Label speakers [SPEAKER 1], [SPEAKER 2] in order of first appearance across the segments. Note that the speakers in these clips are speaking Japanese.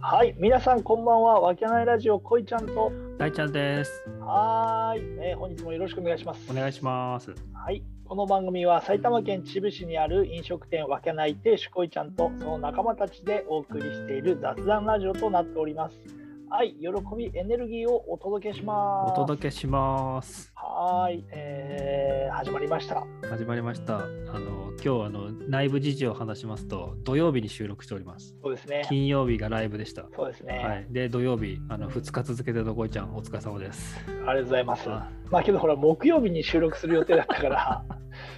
[SPEAKER 1] はい、皆さんこんばんは。わけないラジオこいちゃんと。
[SPEAKER 2] 大ちゃんです。
[SPEAKER 1] はーい、えー本日もよろしくお願いします。
[SPEAKER 2] お願いします。
[SPEAKER 1] はい、この番組は埼玉県秩父市にある飲食店わけない亭主こいちゃんとその仲間たちでお送りしている雑談ラジオとなっております。はい、喜びエネルギーをお届けします。
[SPEAKER 2] お届けします。
[SPEAKER 1] はーい、えー始まりました。
[SPEAKER 2] 始まりました。あの今日あの内部事情を話しますと、土曜日に収録しております。
[SPEAKER 1] そうですね。
[SPEAKER 2] 金曜日がライブでした。
[SPEAKER 1] そうですね、
[SPEAKER 2] はい。で土曜日あの2日続けてどこいちゃんお疲れ様です。
[SPEAKER 1] ありがとうございます。
[SPEAKER 2] あ
[SPEAKER 1] まあけどほら木曜日に収録する予定だった から、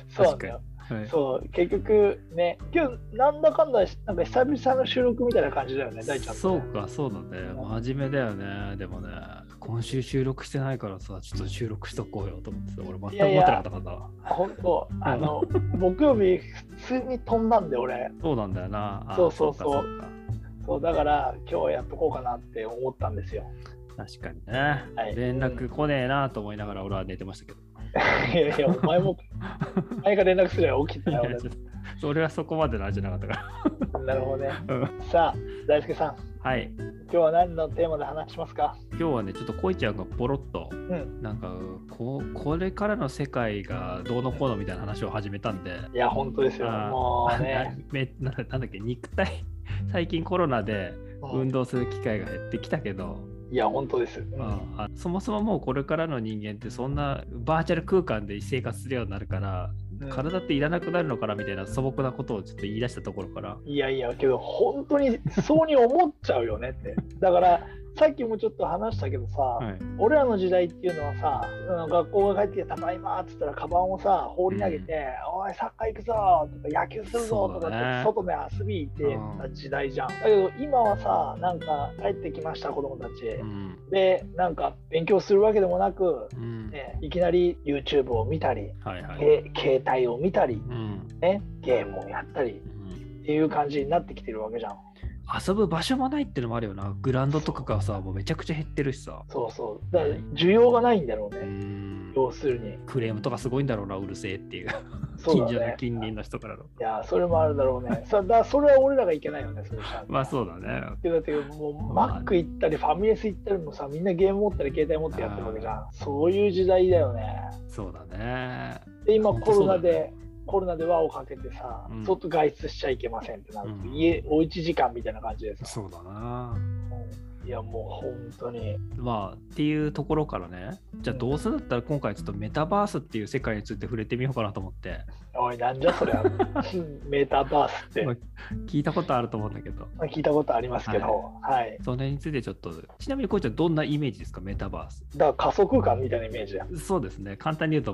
[SPEAKER 1] そうなんだよ。
[SPEAKER 2] はい。
[SPEAKER 1] そう結局ね今日なんだかんだしなんか久々の収録みたいな感じだよね大ちゃん
[SPEAKER 2] そう
[SPEAKER 1] ね
[SPEAKER 2] かそうだね。真面目だよね。でもね、今週収録してないからさ、ちょっと収録しとこうよと思ってた。俺全く思ってなかったからさ。
[SPEAKER 1] 本当あ の木曜日普通に飛んだんで俺
[SPEAKER 2] そうなんだよな。あ
[SPEAKER 1] そうそうそう
[SPEAKER 2] かか
[SPEAKER 1] そうだから今日はやっとこうかなって思ったんですよ
[SPEAKER 2] 確かにね、
[SPEAKER 1] はい
[SPEAKER 2] 連絡来ねえなと思いながら俺は寝てましたけど。
[SPEAKER 1] いやいやお前 もお前が連絡すれば起きて
[SPEAKER 2] い
[SPEAKER 1] た
[SPEAKER 2] や
[SPEAKER 1] よ
[SPEAKER 2] ちょっと俺は そこまでの味じゃなかったか
[SPEAKER 1] 俺なるほどね
[SPEAKER 2] ら。
[SPEAKER 1] さあ大輔さん
[SPEAKER 2] はい。
[SPEAKER 1] 今日は何のテーマで話しますか
[SPEAKER 2] 今日はね、ちょっとこいちゃんがポロッと、
[SPEAKER 1] ん
[SPEAKER 2] なんかこう、これからの世界がどうのこうのみたいな話を始めたんで、
[SPEAKER 1] いや本当ですよ
[SPEAKER 2] あー
[SPEAKER 1] もうね
[SPEAKER 2] めななんだっけ、肉体、 最近コロナで
[SPEAKER 1] うん
[SPEAKER 2] 運動する機会が減ってきたけど、
[SPEAKER 1] いや本当です、うん
[SPEAKER 2] ああそもそももうこれからの人間って、そんなバーチャル空間で生活するようになるから、
[SPEAKER 1] うん
[SPEAKER 2] 体っていらなくなるのかなみたいな素朴なことをちょっと言い出したところから、
[SPEAKER 1] いやいや、けど本当にそうに思っちゃうよねって。だからさっきもちょっと話したけどさ、
[SPEAKER 2] はい、
[SPEAKER 1] 俺らの時代っていうのはさ、うん学校が帰ってきて、ただいまっつったら、カバンをさ、放り投げて、おい、サッカー行くぞとか、野球するぞとか
[SPEAKER 2] そうだ
[SPEAKER 1] って、
[SPEAKER 2] ね
[SPEAKER 1] 外で遊び行ってた時代じゃん。だけど、今はさ、なんか帰ってきました、子供たち。
[SPEAKER 2] うん
[SPEAKER 1] で、なんか勉強するわけでもなく、
[SPEAKER 2] うん
[SPEAKER 1] ね、いきなり YouTube を見たり、
[SPEAKER 2] はいはい。
[SPEAKER 1] け携帯を見たり、
[SPEAKER 2] うん
[SPEAKER 1] ね、ゲームをやったり
[SPEAKER 2] うん
[SPEAKER 1] っていう感じになってきてるわけじゃん。
[SPEAKER 2] 遊ぶ場所もないってのもあるよなグラウンドとかがさもうめちゃくちゃ減ってるしさ
[SPEAKER 1] そうそう。だから需要がないんだろう
[SPEAKER 2] う
[SPEAKER 1] ね。
[SPEAKER 2] ん
[SPEAKER 1] 要するに。
[SPEAKER 2] クレームとかすごいんだろうなうるせえっていう
[SPEAKER 1] そう
[SPEAKER 2] 近所
[SPEAKER 1] だね
[SPEAKER 2] の。近隣の人からの
[SPEAKER 1] いや、それもあるだろうね。そだからそれは俺らがいけないよね、それしたら
[SPEAKER 2] まあそうだね
[SPEAKER 1] だってもう
[SPEAKER 2] まあ
[SPEAKER 1] マック行ったりファミレス行ったりもさみんなゲーム持ったり携帯持ってやってるわけじゃんそういう時代だよね
[SPEAKER 2] そうだね
[SPEAKER 1] で今コロナ
[SPEAKER 2] そうだ
[SPEAKER 1] で、コロナで輪をかけてさ、
[SPEAKER 2] うん
[SPEAKER 1] 外外出しちゃいけませんってなると、
[SPEAKER 2] うん
[SPEAKER 1] 家おうち時間みたいな感じでさ、
[SPEAKER 2] そうだな
[SPEAKER 1] うんいやもう本当に
[SPEAKER 2] まあっていうところからねじゃあどうせだったら今回ちょっとメタバースっていう世界について触れてみようかなと思って、
[SPEAKER 1] おいなんじゃそ れメタバースって
[SPEAKER 2] まあ聞いたことあると思うんだけど
[SPEAKER 1] まあ聞いたことありますけどはい
[SPEAKER 2] それについてちょっとちなみにこいちゃんどんなイメージですかメタバース
[SPEAKER 1] だから仮想空間みたいなイメージだよ
[SPEAKER 2] そうですね簡単に言うと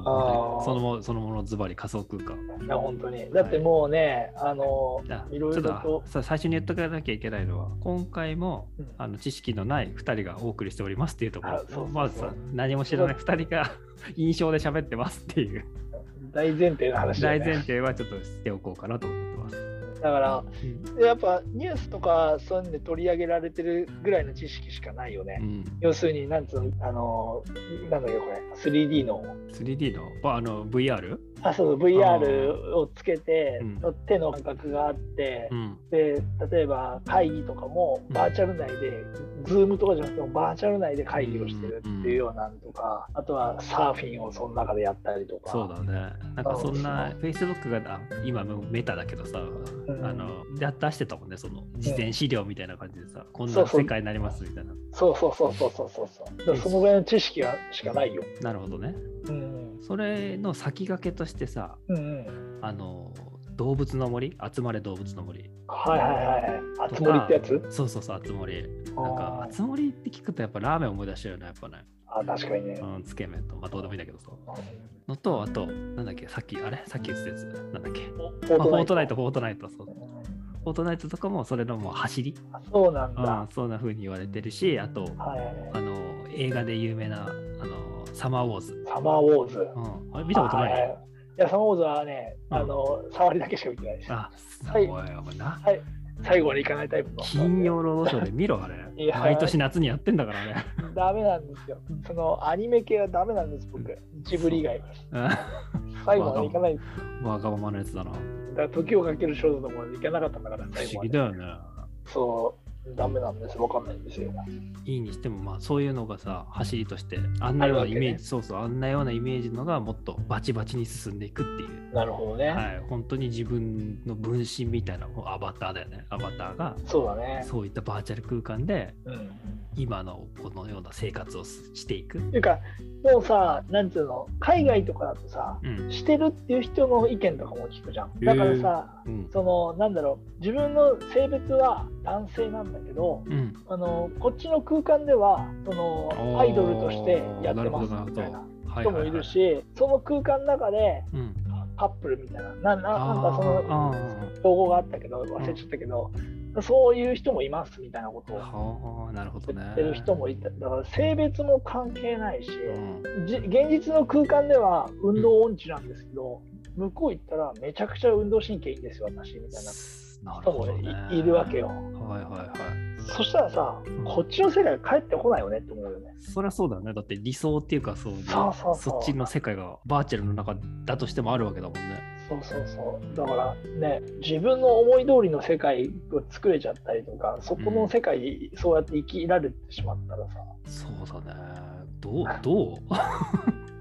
[SPEAKER 1] あー
[SPEAKER 2] もうねそのもそのものズバリ仮想空間
[SPEAKER 1] いや本当にだってもうね、あの
[SPEAKER 2] あ
[SPEAKER 1] いろいろ
[SPEAKER 2] ちょっ
[SPEAKER 1] と
[SPEAKER 2] さ最初に言っとかなきゃいけないのは今回も
[SPEAKER 1] うん
[SPEAKER 2] あの知識のない2人がお送りしておりますっていうとこ
[SPEAKER 1] あ
[SPEAKER 2] ろ
[SPEAKER 1] そうそうそう
[SPEAKER 2] まずさ何も知らない2人が印象で喋ってますっていう
[SPEAKER 1] 大前提の話だ
[SPEAKER 2] 大
[SPEAKER 1] よね
[SPEAKER 2] 前提はちょっとしておこうかなと思ってます。
[SPEAKER 1] だからやっぱニュースとかそういうので取り上げられてるぐらいの知識しかないよね、
[SPEAKER 2] うん、
[SPEAKER 1] 要するになんつうのあのなんだっけこれ 3D の
[SPEAKER 2] 3D のまああの VR?
[SPEAKER 1] あそう VR をつけて、
[SPEAKER 2] うん
[SPEAKER 1] 手の感覚があって、
[SPEAKER 2] うん
[SPEAKER 1] で例えば会議とかもバーチャル内で、Zoom とかじゃなくてもバーチャル内で会議をしてるっていうようなのとか、あとはサーフィンをその中でやったりとか
[SPEAKER 2] そうだねなんかそんな Facebook があ今もうメタだけどさ、
[SPEAKER 1] ん
[SPEAKER 2] あのだ出してたもんねその事前資料みたいな感じでさ、こん
[SPEAKER 1] そう
[SPEAKER 2] な
[SPEAKER 1] そう
[SPEAKER 2] 世界になりますみたいな
[SPEAKER 1] そうそうそうそうそうそうそうだからそのぐらいの知識はしかないよ
[SPEAKER 2] なるほどね
[SPEAKER 1] うん
[SPEAKER 2] それの先駆けとしてさ、
[SPEAKER 1] うんうん
[SPEAKER 2] あの動物の森集まれ動物の森
[SPEAKER 1] はいはいはい熱盛ってやつ
[SPEAKER 2] そうそうそう集まりなん
[SPEAKER 1] あ
[SPEAKER 2] か集まりって聞くとやっぱラーメン思い出しちゃうよねやっぱね
[SPEAKER 1] あー確かにね
[SPEAKER 2] うんつけ麺とまあどうでもいいんだけどさのとあとなんだっけさっきあれさっき言ってたやつなんだっけ
[SPEAKER 1] フォ
[SPEAKER 2] まあフォートナイトフォートナイトそう
[SPEAKER 1] うん
[SPEAKER 2] フォートナイトとかもそれのもう走り、
[SPEAKER 1] あそうなん
[SPEAKER 2] う
[SPEAKER 1] だ、
[SPEAKER 2] ん
[SPEAKER 1] は
[SPEAKER 2] そんな風に言われてるしあ
[SPEAKER 1] い
[SPEAKER 2] と
[SPEAKER 1] はいはい
[SPEAKER 2] あの映画で有名なあのサマーウォーズ、
[SPEAKER 1] サマーウォーズ
[SPEAKER 2] うん、あれ見たことない、
[SPEAKER 1] はいはいいやサマーウォーズはね、
[SPEAKER 2] うん
[SPEAKER 1] あの触りだけしか見てないし
[SPEAKER 2] あすご
[SPEAKER 1] はい
[SPEAKER 2] いお前な
[SPEAKER 1] 最後まで行かないタイプの
[SPEAKER 2] 金曜ロードショーで見ろあれ
[SPEAKER 1] いや
[SPEAKER 2] 毎年夏にやってんだからね
[SPEAKER 1] ダメなんですよそのアニメ系はダメなんです僕ジブリ以外は
[SPEAKER 2] うん
[SPEAKER 1] 最後まで行かないです
[SPEAKER 2] わがままのやつだな。
[SPEAKER 1] だから時をかける少女のも行かなかったんだから
[SPEAKER 2] 不
[SPEAKER 1] 最後
[SPEAKER 2] 思
[SPEAKER 1] ま
[SPEAKER 2] 議
[SPEAKER 1] で
[SPEAKER 2] だよね。
[SPEAKER 1] そうダメなんです。わかんないんですよ。
[SPEAKER 2] いいにしてもまあそういうのがさ走りとしてあんなようなイメー
[SPEAKER 1] あるわ
[SPEAKER 2] ジ、
[SPEAKER 1] けね
[SPEAKER 2] そうそうあんなようなイメージのがもっとバチバチに進んでいくっていう、
[SPEAKER 1] なるほどね。
[SPEAKER 2] はい、本当に自分の分身みたいなもうアバターだよねアバターが
[SPEAKER 1] そうだね。
[SPEAKER 2] そういったバーチャル空間で
[SPEAKER 1] うん。
[SPEAKER 2] 今のこのような生活をすしていく、
[SPEAKER 1] ていうか、もうさ、なんつうの、海外とかだとさ、
[SPEAKER 2] うん
[SPEAKER 1] してるっていう人の意見とかも聞くじゃん。だからさ、
[SPEAKER 2] うん
[SPEAKER 1] そのなんだろう自分の性別は男性なんだけど
[SPEAKER 2] うん、
[SPEAKER 1] あのこっちの空間ではその
[SPEAKER 2] おー
[SPEAKER 1] アイドルとしてやってます
[SPEAKER 2] なるほどなるほど
[SPEAKER 1] みたいな
[SPEAKER 2] は
[SPEAKER 1] 人もいる、しその空間の中で
[SPEAKER 2] うん、
[SPEAKER 1] カップルみたいなななな
[SPEAKER 2] あ
[SPEAKER 1] ん
[SPEAKER 2] ー
[SPEAKER 1] かその
[SPEAKER 2] あ
[SPEAKER 1] 統合があったけど忘れちゃったけどそういう人もいますみたいなこと
[SPEAKER 2] ー
[SPEAKER 1] を
[SPEAKER 2] はあなるほど
[SPEAKER 1] 言
[SPEAKER 2] ね
[SPEAKER 1] ってる人もいただから性別も関係ないし
[SPEAKER 2] うん
[SPEAKER 1] じ現実の空間では運動音痴なんですけど向こう行ったらめちゃくちゃ運動神経いいんですよ私みたいな
[SPEAKER 2] なる
[SPEAKER 1] 人
[SPEAKER 2] ほ
[SPEAKER 1] も
[SPEAKER 2] ど
[SPEAKER 1] い,、
[SPEAKER 2] ね
[SPEAKER 1] いるわけよ。
[SPEAKER 2] はいはいはい
[SPEAKER 1] そしたらさ、
[SPEAKER 2] うん
[SPEAKER 1] こっちの世界帰ってこないよねって思うよね。
[SPEAKER 2] そりゃそうだよねだって理想っていうかそう
[SPEAKER 1] そうそうそう
[SPEAKER 2] っちの世界がバーチャルの中だとしてもあるわけだもんね
[SPEAKER 1] そうそうそう。だからね、自分の思い通りの世界を作れちゃったりとか、そこの世界にそうやって生きられてしまったらさ、
[SPEAKER 2] そうだねどう どう
[SPEAKER 1] い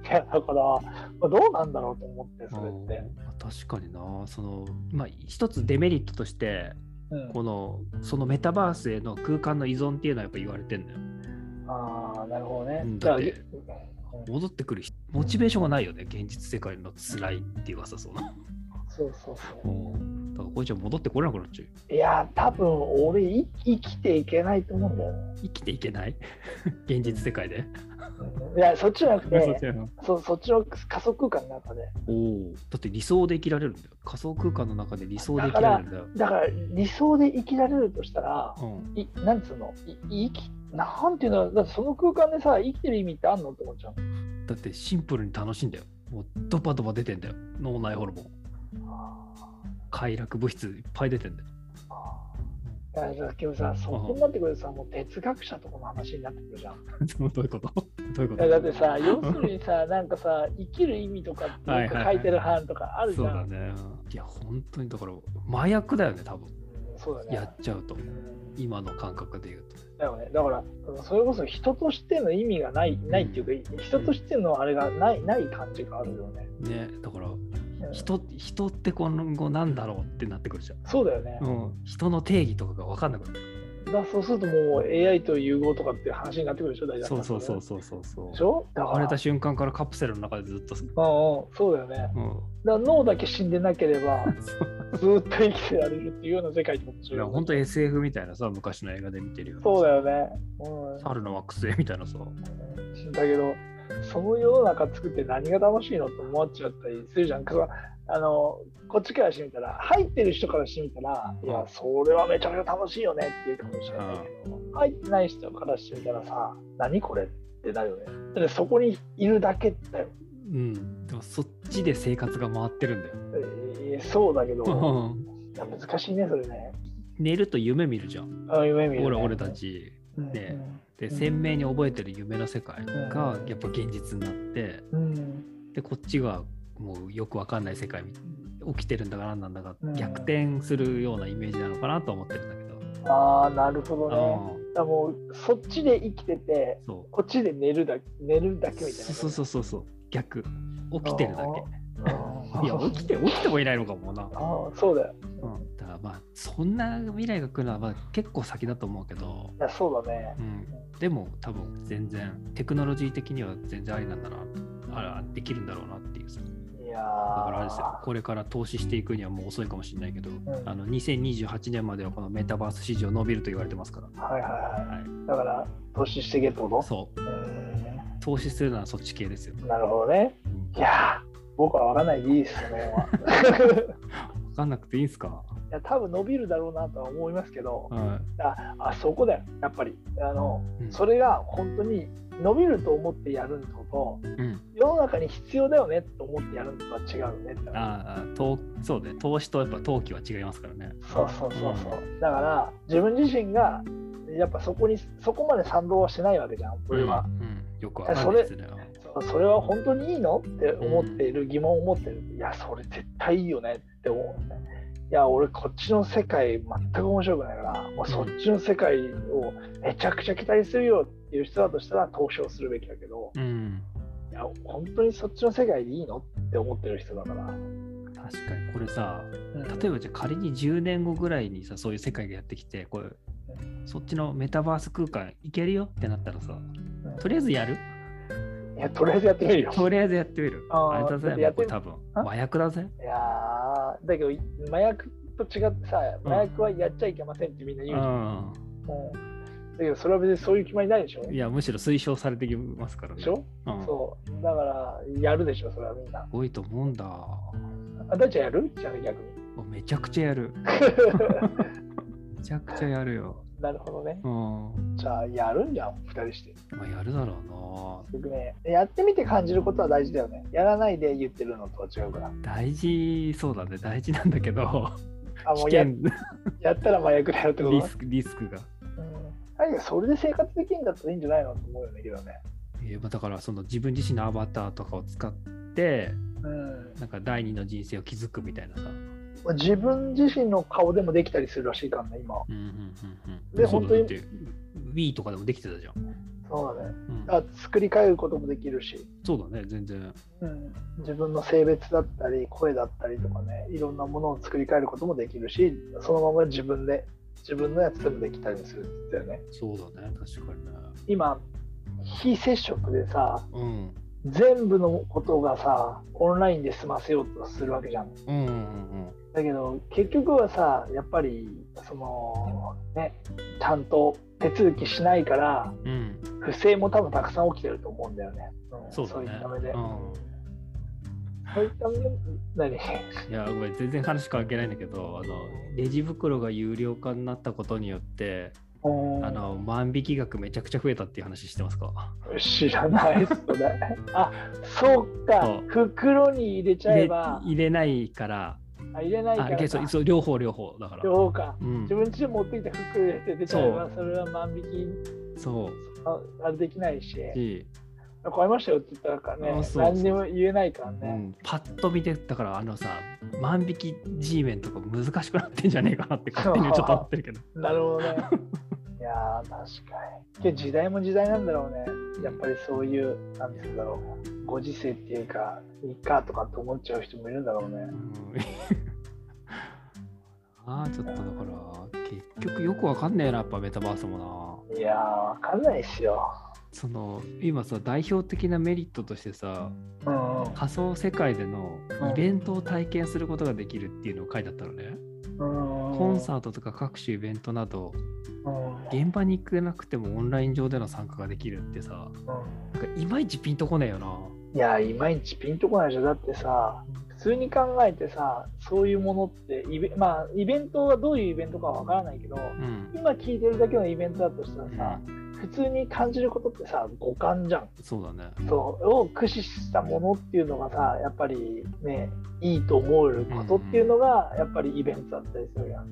[SPEAKER 1] やだから、まあどうなんだろうと思って、それって。
[SPEAKER 2] うん確かになそのまあ一つデメリットとして
[SPEAKER 1] うん、
[SPEAKER 2] このそのメタバースへの空間の依存っていうのはやっぱ言われてんだよ
[SPEAKER 1] ああ、なるほどね
[SPEAKER 2] う。ん
[SPEAKER 1] じゃあ
[SPEAKER 2] だって
[SPEAKER 1] うん
[SPEAKER 2] 戻ってくる人モチベーションがないよね現実世界の辛いっていうかさその
[SPEAKER 1] そうそうそう。
[SPEAKER 2] うんだからこれじゃ戻ってこれなくなっちゃうよ
[SPEAKER 1] いや、多分俺い生きていけないと思うんだよね。
[SPEAKER 2] 生きていけない 現実世界で、
[SPEAKER 1] いや、そっちじゃな く
[SPEAKER 2] 嘘つ
[SPEAKER 1] て、
[SPEAKER 2] けな
[SPEAKER 1] そそっちの仮想空間の中で。
[SPEAKER 2] おおだって理想で生きられるんだよ仮想空間の中で理想で生きられるんだよ
[SPEAKER 1] だから理想で生きられるとしたら、
[SPEAKER 2] うん、
[SPEAKER 1] いなんつうのい生きなんていうのだってその空間でさ生きてる意味ってあんのって思っちゃう
[SPEAKER 2] だってシンプルに楽しいんだよもうドバドバ出てんだよ脳内ホルモン快楽物質いっぱい出てんだよ
[SPEAKER 1] だからさ今日さそこになってくるとさもう哲学者とかの話になってくるじゃん
[SPEAKER 2] でもどういうことどういうこ
[SPEAKER 1] いや
[SPEAKER 2] と
[SPEAKER 1] だって さ要するにさなんかさ生きる意味とかってなんか書いてる班とかあるじ
[SPEAKER 2] そ
[SPEAKER 1] ゃ、
[SPEAKER 2] うんだねいや本当にだから麻薬だよね多分
[SPEAKER 1] そうだね
[SPEAKER 2] やっちゃうと今の感覚で言うと
[SPEAKER 1] だよねだからそれこそ人としての意味がないないっていうか、人としてのあれがないない感じがあるよね、
[SPEAKER 2] ねだから
[SPEAKER 1] うん
[SPEAKER 2] 人人って今後なんだろうってなってくるじゃん、
[SPEAKER 1] そうだよね、
[SPEAKER 2] うん、人の定義とかが分かんなくなる
[SPEAKER 1] だからそうするともう AI と融合とかっていう話になってくるでしょ大事
[SPEAKER 2] そうそうそううそうそうそう
[SPEAKER 1] でしょだか
[SPEAKER 2] 割
[SPEAKER 1] ら
[SPEAKER 2] れた瞬間からカプセルの中でずっと、
[SPEAKER 1] うんうん、そうだよね。だか
[SPEAKER 2] うん、
[SPEAKER 1] ら脳だけ死んでなければ、
[SPEAKER 2] そう
[SPEAKER 1] ずーっと生きてられるっていうような世界ってことでし
[SPEAKER 2] い
[SPEAKER 1] ょ
[SPEAKER 2] や本当 SF みたいなさ昔の映画で見てるよ
[SPEAKER 1] そうだ
[SPEAKER 2] よ
[SPEAKER 1] よね。う
[SPEAKER 2] 猿の惑星みたいなさ
[SPEAKER 1] ん。だけど、その世の中作って何が楽しいのと思っちゃったりするじゃん。そのあのこっちからしてみたら、入ってる人からしてみたら、いや、それはめちゃくちゃ楽しいよねっていうかもしれないけど、入ってない人からしてみたらさ、何これってなるよね。だってそこにいるだけだよ。
[SPEAKER 2] うんでもそっちで生活が回ってるんだ
[SPEAKER 1] えーそうだけど、
[SPEAKER 2] よ
[SPEAKER 1] いや難しいね、それね。
[SPEAKER 2] 寝ると夢見るじゃん
[SPEAKER 1] あ夢見るね
[SPEAKER 2] 俺俺たちね
[SPEAKER 1] う
[SPEAKER 2] で
[SPEAKER 1] ん
[SPEAKER 2] 鮮明に覚えてる夢の世界が
[SPEAKER 1] うん
[SPEAKER 2] やっぱ現実になって
[SPEAKER 1] うん
[SPEAKER 2] でこっちがもうよく分かんない世界起きてるんだかなんなんだか
[SPEAKER 1] うん
[SPEAKER 2] 逆転するようなイメージなのかなと思ってるんだけど、
[SPEAKER 1] ああなるほどね
[SPEAKER 2] うん
[SPEAKER 1] だからもうそっちで生きてて
[SPEAKER 2] そう
[SPEAKER 1] こっちで寝るだ寝るだけみたいな
[SPEAKER 2] そうそうそうそう逆起きてるだ
[SPEAKER 1] あ
[SPEAKER 2] け
[SPEAKER 1] ー
[SPEAKER 2] いや起きて起きてもいないのかもな、
[SPEAKER 1] あーそうだよ
[SPEAKER 2] うん、だからまあそんな未来が来るのはまあ結構先だと思うけど、
[SPEAKER 1] いやそうだね
[SPEAKER 2] うん、でも多分全然テクノロジー的には全然ありなんだなあらできるんだろうなっていうさだ
[SPEAKER 1] いや
[SPEAKER 2] からあれですよこれから投資していくにはもう遅いかもしれないけど、
[SPEAKER 1] ん
[SPEAKER 2] あの2028年まではこのメタバース市場伸びると言われてますから、
[SPEAKER 1] はいはいは
[SPEAKER 2] はい
[SPEAKER 1] だから投資していけってこ
[SPEAKER 2] い、そう
[SPEAKER 1] とうん
[SPEAKER 2] 投資するならそっち系ですよ、
[SPEAKER 1] なるほどね
[SPEAKER 2] うん
[SPEAKER 1] いやー僕は分かんないでいいですその辺は
[SPEAKER 2] 分かんなくていいんすか、
[SPEAKER 1] いや多分伸びるだろうなとは思いますけど
[SPEAKER 2] は
[SPEAKER 1] あそこだよやっぱりあの
[SPEAKER 2] いうん、
[SPEAKER 1] それが本当に伸びると思ってやるのと
[SPEAKER 2] うん
[SPEAKER 1] 世の中に必要だよねと思ってやるのとは違うよねって
[SPEAKER 2] ああ、投そうね、投資とやっぱ投機は違いますからね。
[SPEAKER 1] そうそうそうそうだから自分自身がやっぱそこにそこまで賛同はしてないわけじゃん俺は、
[SPEAKER 2] うん、うんよくわかんないですね。
[SPEAKER 1] そうそれは本当にいいのって思っている疑問を持ってるいやそれ絶対いいよねって思うねいや俺こっちの世界全く面白くないから、まあ、そっちの世界をめちゃくちゃ期待するよっていう人だとしたら投票するべきだけど、
[SPEAKER 2] うん。
[SPEAKER 1] いや本当にそっちの世界でいいのって思ってる人だから、
[SPEAKER 2] 確かにこれさ、
[SPEAKER 1] 例
[SPEAKER 2] 例えばじゃあ仮に10年後ぐらいにさ、そういう世界がやってきて、こうそっちのメタバース空間行けるよってなったらさ、とりあえずやる
[SPEAKER 1] いやとりあえずやってみるよ。
[SPEAKER 2] とりあえずやってみる。
[SPEAKER 1] あー
[SPEAKER 2] あれだぜ、
[SPEAKER 1] や
[SPEAKER 2] もう
[SPEAKER 1] って
[SPEAKER 2] こ
[SPEAKER 1] み
[SPEAKER 2] れ多分
[SPEAKER 1] あ
[SPEAKER 2] 麻薬だぜ。
[SPEAKER 1] いやーだけどい麻薬と違ってさ
[SPEAKER 2] うん
[SPEAKER 1] 麻薬はやっちゃいけませんってみんな言
[SPEAKER 2] う
[SPEAKER 1] うじゃん、
[SPEAKER 2] ん。
[SPEAKER 1] うんだけどそれは別にそういう決まりないでしょ
[SPEAKER 2] いや、むしろ推奨されてきますからね。
[SPEAKER 1] でしょ、
[SPEAKER 2] うん、す
[SPEAKER 1] そうだからやるでしょそれはみんな
[SPEAKER 2] ごいと思うんだ。
[SPEAKER 1] あだいちゃんやるじゃあ逆に
[SPEAKER 2] めちゃくちゃやる。 めちゃくちゃやるよ。
[SPEAKER 1] なるほどね
[SPEAKER 2] うん。ま
[SPEAKER 1] じゃあやるんじゃん2人して
[SPEAKER 2] あ、やるだろ
[SPEAKER 1] 僕ねやってみて感じることは大事だよねやらないで言ってるのとは違うから
[SPEAKER 2] うな。大事そうだね、大事なんだけど、
[SPEAKER 1] あ
[SPEAKER 2] 危
[SPEAKER 1] もうや
[SPEAKER 2] 険、
[SPEAKER 1] やったら麻薬だよってこと
[SPEAKER 2] リ
[SPEAKER 1] だ、
[SPEAKER 2] スクリスクが。
[SPEAKER 1] うん、だけどそれで生活できるんだったらいいんじゃないのと思うよねけどね
[SPEAKER 2] えーまあだから、その自分自身のアバターとかを使って、
[SPEAKER 1] うん
[SPEAKER 2] なんか第二の人生を築くみたいなさ。うん
[SPEAKER 1] 自分自身の顔でもできたりするらしいからね今
[SPEAKER 2] うんうんうん。
[SPEAKER 1] で
[SPEAKER 2] そう
[SPEAKER 1] 本
[SPEAKER 2] だ
[SPEAKER 1] 当に
[SPEAKER 2] だって Wii とかでもできてたじゃん。
[SPEAKER 1] そうだね
[SPEAKER 2] うん、
[SPEAKER 1] あ作り変えることもできるし、
[SPEAKER 2] そうだね、全然。
[SPEAKER 1] うん、自分の性別だったり声だったりとかねいろんなものを作り変えることもできるしそのまま自分で自分のやつでもできたりするって言ったよね
[SPEAKER 2] そうだね、確かにね。
[SPEAKER 1] 今非接触でさ
[SPEAKER 2] うん。
[SPEAKER 1] 全部のことがさオンラインで済ませようとするわけじゃん
[SPEAKER 2] うんうん
[SPEAKER 1] だけど結局はさやっぱりそのねちゃんと手続きしないから
[SPEAKER 2] うん。うん。
[SPEAKER 1] 不正も多分たくさん起きてると思うんだよね。ん
[SPEAKER 2] そうだね。
[SPEAKER 1] いった目で。
[SPEAKER 2] う
[SPEAKER 1] そういった目で、何
[SPEAKER 2] ん、いや、ごめん、全然話関係ないんだけど、あの、レジ袋が有料化になったことによって、あの、万引き額めちゃくちゃ増えたっていう話してますか
[SPEAKER 1] 知らないっすね。 あそうか
[SPEAKER 2] そう
[SPEAKER 1] 袋に入れちゃえば
[SPEAKER 2] 入れ入れないから、
[SPEAKER 1] あ入れないか
[SPEAKER 2] あ、
[SPEAKER 1] ら
[SPEAKER 2] けそう、そう両方両方だから。
[SPEAKER 1] そうか
[SPEAKER 2] うん
[SPEAKER 1] 自、分家で持ってきた袋入れて出ちゃえばそれは万引き
[SPEAKER 2] そ
[SPEAKER 1] ああれできないし
[SPEAKER 2] うし、
[SPEAKER 1] 壊れましたよって言ったからね
[SPEAKER 2] あそう
[SPEAKER 1] 何にも言えないから
[SPEAKER 2] う
[SPEAKER 1] ね。
[SPEAKER 2] ん、パッと見てだからあのさ万引き G メンとか難しくなってんじゃねえかなって勝手にちょっと思ってるけど
[SPEAKER 1] なる ほどね。いやー確かに。けど時代も時代なんだろうね。やっぱりそういう、なんて言うんだろう。ご時世っていうか、いいかとかって思っちゃう人もいるんだろうね。
[SPEAKER 2] うん ああちょっとだから結局よくわかんねえなやっぱメタバースもない
[SPEAKER 1] やー、わかんないっすよ。
[SPEAKER 2] その今さ代表的なメリットとしてさ
[SPEAKER 1] うん、
[SPEAKER 2] 仮想世界でのイベントを体験することができるっていうのを書いてあったのね、
[SPEAKER 1] うん。
[SPEAKER 2] コンサートとか各種イベントなど
[SPEAKER 1] うん
[SPEAKER 2] 現場に行けなくてもオンライン上での参加ができるってさ
[SPEAKER 1] う
[SPEAKER 2] なんかいまいちピンとこねえよなん
[SPEAKER 1] いやー、いまいちピンとこないじゃん。だってさ、普通に考えてさ、そういうものってイベ、まあ、イベントはどういうイベントかはわからないけど、
[SPEAKER 2] うん、
[SPEAKER 1] 今聞いてるだけのイベントだとしたら
[SPEAKER 2] うん
[SPEAKER 1] さ、普通に感じることってさ、五感じゃん。
[SPEAKER 2] そうだね
[SPEAKER 1] そうを駆使したものっていうのがさやっぱりねいいと思うことっていうのがやっぱりイベントだったりするやん。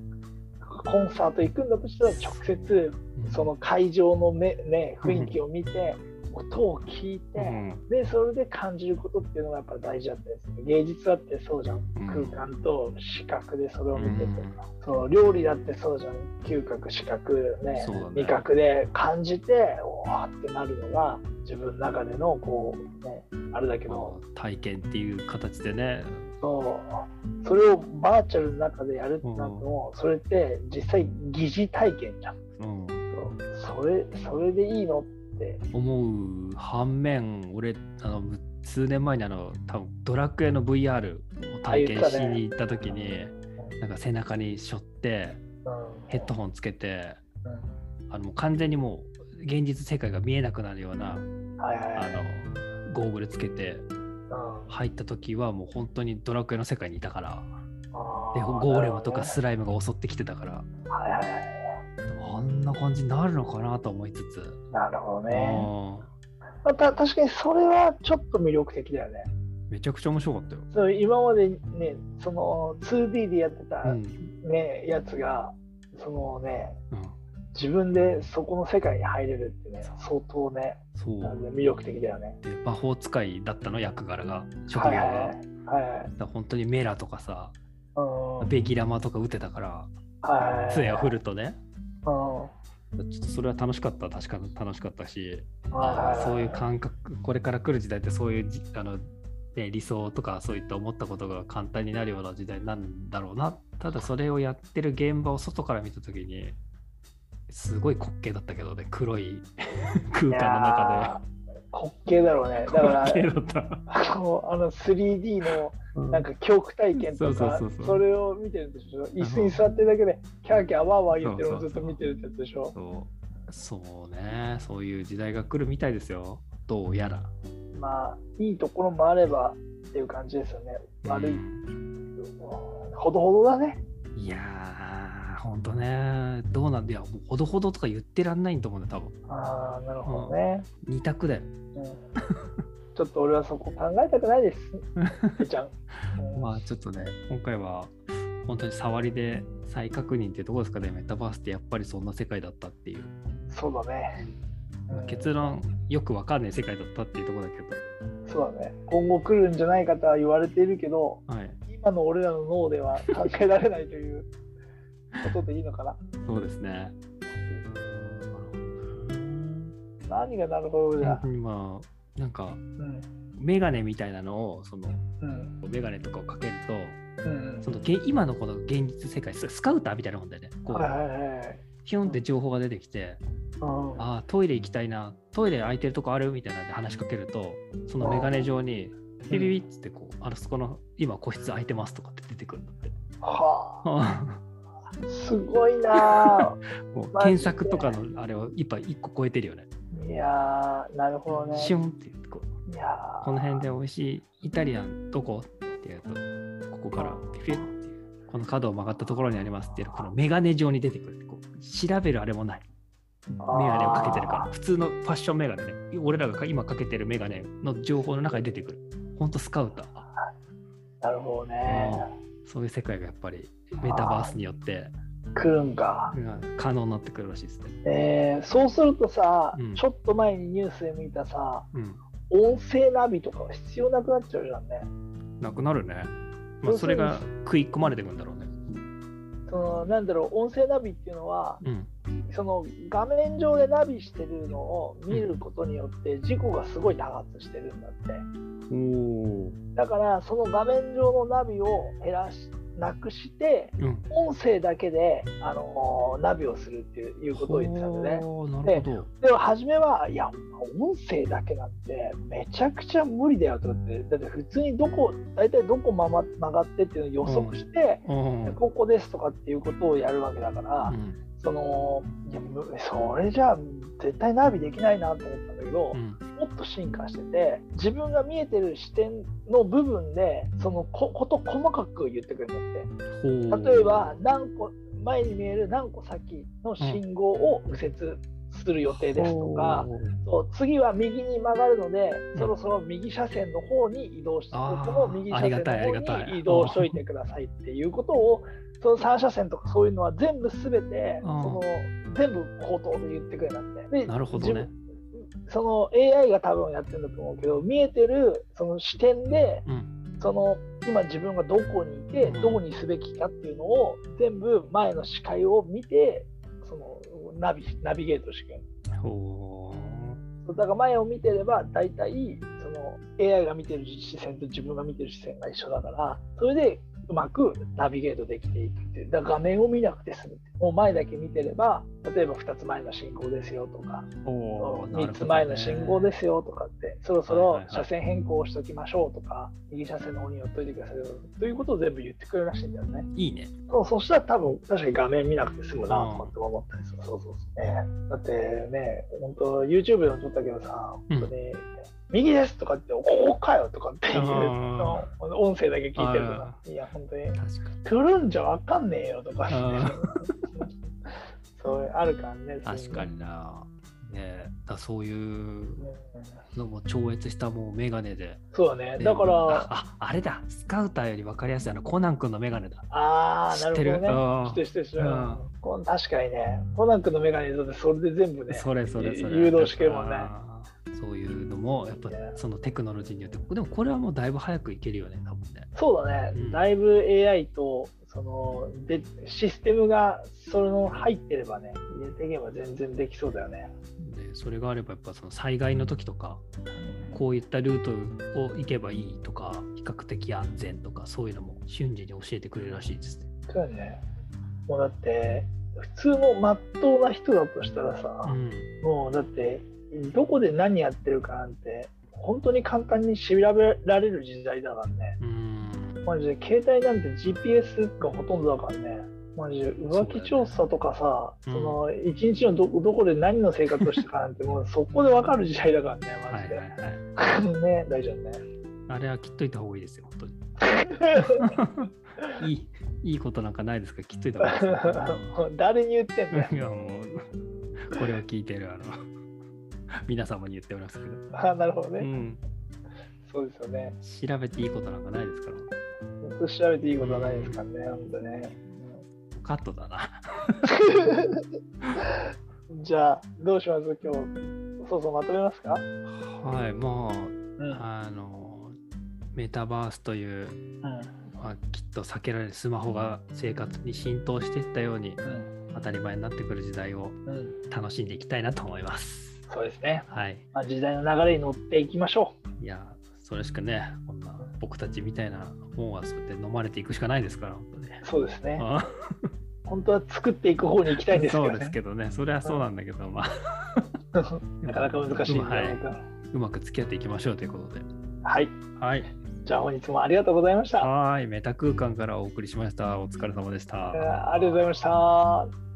[SPEAKER 1] コンサート行くんだとしたら直接その会場の目、ね、雰囲気を見て音を聞いて、
[SPEAKER 2] うん
[SPEAKER 1] でそれで感じることっていうのがやっぱ大事だったりする芸術だってそうじゃん
[SPEAKER 2] うん
[SPEAKER 1] 空間と視覚でそれを見てて、
[SPEAKER 2] うん
[SPEAKER 1] そう料理だってそうじゃん嗅覚視覚ね
[SPEAKER 2] そうだね
[SPEAKER 1] 味覚で感じておーってなるのが自分の中でのこうねあれだけど
[SPEAKER 2] まあ体験っていう形でね
[SPEAKER 1] そうそれをバーチャルの中でやるってなっても、それって実際疑似体験じゃん
[SPEAKER 2] うん
[SPEAKER 1] そうそれそれでいいのって
[SPEAKER 2] 思う反面俺あのむ数年前にあの多分ドラクエの VR を体験
[SPEAKER 1] あ言って
[SPEAKER 2] した
[SPEAKER 1] ね
[SPEAKER 2] に行った時に、なんか背中に背負って
[SPEAKER 1] うん
[SPEAKER 2] ヘッドホンつけて
[SPEAKER 1] う
[SPEAKER 2] あのもう完全にもう現実世界が見えなくなるような
[SPEAKER 1] んはいはいは
[SPEAKER 2] あ
[SPEAKER 1] い
[SPEAKER 2] のゴーグルつけて
[SPEAKER 1] うん
[SPEAKER 2] 入った時はもう本当にドラクエの世界にいたから
[SPEAKER 1] あ
[SPEAKER 2] で
[SPEAKER 1] ー
[SPEAKER 2] ゴーレムとか
[SPEAKER 1] なる
[SPEAKER 2] スライムが襲ってきてたから
[SPEAKER 1] ほどねはいはいはい
[SPEAKER 2] あんな感じになるのかなと思いつつ、
[SPEAKER 1] なるほど
[SPEAKER 2] う
[SPEAKER 1] ね。
[SPEAKER 2] ん
[SPEAKER 1] まあた確かにそれはちょっと魅力的だよね。
[SPEAKER 2] めちゃくちゃ面白かったよ。
[SPEAKER 1] そう今までね、その 2D でやってた、
[SPEAKER 2] うん
[SPEAKER 1] ねやつが、そのね、
[SPEAKER 2] うん
[SPEAKER 1] 自分でそこの世界に入れるってね、相当ね、
[SPEAKER 2] そ
[SPEAKER 1] あ
[SPEAKER 2] う
[SPEAKER 1] の魅力的だよね。
[SPEAKER 2] で魔法使いだったの役柄が職業
[SPEAKER 1] はい
[SPEAKER 2] が、
[SPEAKER 1] はいはい。はいはい
[SPEAKER 2] だから本当にメラとかさ、ベギラマとか打てたから、
[SPEAKER 1] はい。
[SPEAKER 2] 杖を振るとね、
[SPEAKER 1] うん。
[SPEAKER 2] ちょっとそれは楽しかった、確かに楽しかったし、
[SPEAKER 1] はい
[SPEAKER 2] そういう感覚、これから来る時代ってそういうじあの、ね、理想とかそういった思ったことが簡単になるような時代なんだろうな、ただそれをやってる現場を外から見たときに、すごい滑稽だったけどね、黒い 空
[SPEAKER 1] い
[SPEAKER 2] 間の中
[SPEAKER 1] やー滑稽だろうね。だ
[SPEAKER 2] で。
[SPEAKER 1] から、
[SPEAKER 2] 滑稽だった。
[SPEAKER 1] あのあの 3D の
[SPEAKER 2] うん
[SPEAKER 1] なんか教育体験とか
[SPEAKER 2] そうそうそうそう
[SPEAKER 1] それを見てるでしょ椅子に座ってるだけでキャーキャーワーワー言ってるのをずっと見てるってやつでしょ
[SPEAKER 2] そうそうね、そういう時代が来るみたいですよ、どうやら。
[SPEAKER 1] まあいいところもあればっていう感じですよね悪い
[SPEAKER 2] うん
[SPEAKER 1] ほどほどだね
[SPEAKER 2] いやー、ほんとね、どうなんだよ、もうほどほどとか言ってらんないと思うんだよ、多分
[SPEAKER 1] ああなるほどね、
[SPEAKER 2] 二択だよ。
[SPEAKER 1] うん、ちょっと俺はそこ考えたくないですてっちゃん、うん
[SPEAKER 2] まあちょっとね、今回は本当に触りで再確認っていうところですかね、メタバースってやっぱりそんな世界だったっていう。
[SPEAKER 1] そうだね、うん
[SPEAKER 2] 結論、よくわかんない世界だったっていうところだけ
[SPEAKER 1] そうだね今後来るんじゃないかとは言われているけど
[SPEAKER 2] ど、はい、
[SPEAKER 1] 今の俺らの脳では考えられないということでいいのかな
[SPEAKER 2] そうですね。
[SPEAKER 1] 何がなるほどじ
[SPEAKER 2] 本
[SPEAKER 1] ゃ
[SPEAKER 2] 当。にまあ、なんか、
[SPEAKER 1] うん。
[SPEAKER 2] メガネみたいなのを、その、
[SPEAKER 1] うん。
[SPEAKER 2] メガネとかをかける
[SPEAKER 1] うん
[SPEAKER 2] と、そのげ今のこの現実世界、ススカウターみたいなもんだよね。こ
[SPEAKER 1] はいはい
[SPEAKER 2] う
[SPEAKER 1] はい。
[SPEAKER 2] ピョンって情報が出てきて、
[SPEAKER 1] うん。
[SPEAKER 2] ああ、トイレ行きたいな、トイレ空いてるとこあるみたいなんで話しかけると、そのメガネ上に、ピピピッつってこう、あのそこの今個室空いてますとかって出てく るんだって。
[SPEAKER 1] はあ。すごいなあ。
[SPEAKER 2] も
[SPEAKER 1] マジ
[SPEAKER 2] う
[SPEAKER 1] で
[SPEAKER 2] 検索とかのあれを一杯一個超えてるよね。
[SPEAKER 1] いやー、なるほどね。
[SPEAKER 2] シュンって言ってこう、
[SPEAKER 1] いやー
[SPEAKER 2] この辺で美味しいイタリアンどこって言うと、ここからピピッっていう、この角を曲がったところにありますっていう、このメガネ上に出てくるってこう、調べるあれもない。メガネをかけてるから、普通のファッションメガネね、俺らが今かけてるメガネの情報の中に出てくる。ほんとスカウター。
[SPEAKER 1] あー。なるほどね。
[SPEAKER 2] そういう世界がやっぱりメタバースによって
[SPEAKER 1] 来るんか。
[SPEAKER 2] うん可能になってくるらしいですね。
[SPEAKER 1] えー、そうするとさ、
[SPEAKER 2] うん
[SPEAKER 1] ちょっと前にニュースで見たさ、
[SPEAKER 2] うん。
[SPEAKER 1] 音声ナビとかは必要なくなっちゃうじゃんね。
[SPEAKER 2] なくなるね。まあ、それが食い込まれてくんだろうね。
[SPEAKER 1] そのなんだろう、音声ナビっていうのは、
[SPEAKER 2] うん。
[SPEAKER 1] その画面上でナビしてるのを見ることによって事故がすごい多発してるんだって
[SPEAKER 2] おお。
[SPEAKER 1] だからその画面上のナビを減らしなくして
[SPEAKER 2] うん。
[SPEAKER 1] 音声だけで、あのーナビをするっていういうことを言ってたんだよね
[SPEAKER 2] ほーなるほど。
[SPEAKER 1] でも初めはいや音声だけなんてめちゃくちゃ無理だよと思ってだって普通にどこ大体どこ曲が曲がってっていうのを予測して、
[SPEAKER 2] うん。う
[SPEAKER 1] で
[SPEAKER 2] ん
[SPEAKER 1] ここですとかっていうことをやるわけだから、そのいやむそれじゃあ絶対ナビできないなと思ったんだけど、
[SPEAKER 2] うん
[SPEAKER 1] もっと進化してて自分が見えてる視点の部分でそのここと細かく言ってくれるんだ
[SPEAKER 2] ほー
[SPEAKER 1] って例えば何個前に見える何個先の信号を右折する予定ですとか、
[SPEAKER 2] ほー
[SPEAKER 1] そう次は右に曲がるので、
[SPEAKER 2] うん
[SPEAKER 1] そろそろ右車線の方に移動して
[SPEAKER 2] あー
[SPEAKER 1] 僕も右車
[SPEAKER 2] ありがたいあ
[SPEAKER 1] 線
[SPEAKER 2] りが
[SPEAKER 1] の
[SPEAKER 2] た
[SPEAKER 1] 方
[SPEAKER 2] い
[SPEAKER 1] に移動しといてくださいっていうことをその3車線とかそういうのは全部すべてそ
[SPEAKER 2] うん
[SPEAKER 1] の全部口頭で言ってくれなんでで
[SPEAKER 2] なるほど
[SPEAKER 1] 自。
[SPEAKER 2] ね
[SPEAKER 1] 分その AI が多分やってるんだと思うけど見えてるその視点で
[SPEAKER 2] うん。
[SPEAKER 1] その今自分がどこにいて
[SPEAKER 2] うん
[SPEAKER 1] どうにすべきかっていうのを全部前の視界を見てそのナビナビゲートしてくれる。
[SPEAKER 2] ほ
[SPEAKER 1] そうだから前を見てれば大体その AI が見てる視線と自分が見てる視線が一緒だからそれでうまくナビゲートできていくっていうだから画面を見なくて済むもう前だけ見てれば例えば2つ前の信号ですよとか、
[SPEAKER 2] ーほーなるほど
[SPEAKER 1] 3
[SPEAKER 2] ね。
[SPEAKER 1] つ前の信号ですよとかってそろそろ
[SPEAKER 2] はいはいはい
[SPEAKER 1] 車線変更をしておきましょうとか右車線の方に寄っといてくださいよということを全部言ってくれるらしいんだよね
[SPEAKER 2] いいね。
[SPEAKER 1] そうそしたら多分確かに画面見なくて済むなとかって思ったりする、そうそうそう、ね、だってね本当 YouTube でも撮ったけどさ
[SPEAKER 2] うん
[SPEAKER 1] 本当に、右ですとかって「ここかよ」とかっていう
[SPEAKER 2] うん
[SPEAKER 1] の音声だけ聞いてるからいや本当に
[SPEAKER 2] 確かに。
[SPEAKER 1] 来るんじゃわかんねえよとかって
[SPEAKER 2] うん
[SPEAKER 1] そうあるからね
[SPEAKER 2] 確かにな。ねえだからそういう
[SPEAKER 1] うん
[SPEAKER 2] のも超越したもうメガネで。
[SPEAKER 1] そうだねだか
[SPEAKER 2] あ
[SPEAKER 1] ら
[SPEAKER 2] ああれだ、スカウターより分かりやすいあのコナン君のメガネだ。
[SPEAKER 1] ああ
[SPEAKER 2] 知
[SPEAKER 1] な
[SPEAKER 2] っ
[SPEAKER 1] る
[SPEAKER 2] て
[SPEAKER 1] ほ
[SPEAKER 2] る
[SPEAKER 1] どね
[SPEAKER 2] う
[SPEAKER 1] して
[SPEAKER 2] ん
[SPEAKER 1] してして、
[SPEAKER 2] うん
[SPEAKER 1] こん確かにねコナン君のメガネだってそれで全部ね
[SPEAKER 2] それそれそれ。
[SPEAKER 1] 誘導してるもんね
[SPEAKER 2] あーそういうのも、やっぱそのテクノロジーによって、でもこれはもうだいぶ早くいけるよね、多分ね。
[SPEAKER 1] そうだね、
[SPEAKER 2] うん
[SPEAKER 1] だいぶ AI とそのでシステムがその入ってればね入れていけば全然できそうだよね。
[SPEAKER 2] ね、それがあればやっぱその災害の時とかこういったルートを行けばいいとか比較的安全とかそういうのも瞬時に教えてくれるらしいですね。
[SPEAKER 1] そうだよね。もうだって普通のまっとうな人だとしたら
[SPEAKER 2] う
[SPEAKER 1] さ、
[SPEAKER 2] ん、
[SPEAKER 1] もうだってどこで何やってるかなんて本当に簡単に調べられる時代だからね。
[SPEAKER 2] うん、
[SPEAKER 1] マジで携帯なんて GPS がほとんどだからね。マジで浮気調査とかさ、そ,、
[SPEAKER 2] そうだよね
[SPEAKER 1] の一日のどどこで何の生活をしてたかなん てもうそこで分かる時代だからね、マ
[SPEAKER 2] は
[SPEAKER 1] ジ
[SPEAKER 2] い
[SPEAKER 1] で。
[SPEAKER 2] はいはい。
[SPEAKER 1] ね、大丈夫ね。
[SPEAKER 2] あれは切っといた方がいいですよ、本当に。いい、いいことなんかないですから、切っといた方がいいですよ
[SPEAKER 1] もう 誰に言ってんだよ。
[SPEAKER 2] いやもうこれを聞いてるあの皆様に言っておりますけど、
[SPEAKER 1] あなるほどね、
[SPEAKER 2] うん、
[SPEAKER 1] そうですよね。
[SPEAKER 2] 調べていいことなんかないですから
[SPEAKER 1] 本当調べていいことはないですからね、本当ね。
[SPEAKER 2] カットだな
[SPEAKER 1] じゃあ、どうします今日。そうそう、まとめますか、
[SPEAKER 2] はいま
[SPEAKER 1] うんうん、
[SPEAKER 2] ああのメタバースという、
[SPEAKER 1] う
[SPEAKER 2] まあ、きっと避けられるスマホが生活に浸透していったように
[SPEAKER 1] ん
[SPEAKER 2] 当たり前になってくる時代を
[SPEAKER 1] うん。
[SPEAKER 2] 楽しんでいきたいなと思います
[SPEAKER 1] そうですね。
[SPEAKER 2] はい
[SPEAKER 1] まあ、時代の流れに乗っていきましょう。
[SPEAKER 2] いやそれしかねこんな僕たちみたいなもんはそうやって飲まれていくしかないですから本当に
[SPEAKER 1] そうですね。
[SPEAKER 2] あ
[SPEAKER 1] 本当は作っていく方に行きたいんですけど、
[SPEAKER 2] そ
[SPEAKER 1] ね、
[SPEAKER 2] うですけどねそれはそうなんだけどまあ
[SPEAKER 1] なかなか難しいんじゃ
[SPEAKER 2] は
[SPEAKER 1] ない
[SPEAKER 2] い
[SPEAKER 1] か、は
[SPEAKER 2] うまく付き合っていきましょうということで。
[SPEAKER 1] い、
[SPEAKER 2] はい。
[SPEAKER 1] じゃあ本日もありがとうございました。
[SPEAKER 2] はーい。メタ空間からお送りしました。お疲れ様でした。
[SPEAKER 1] えーありがとうございました。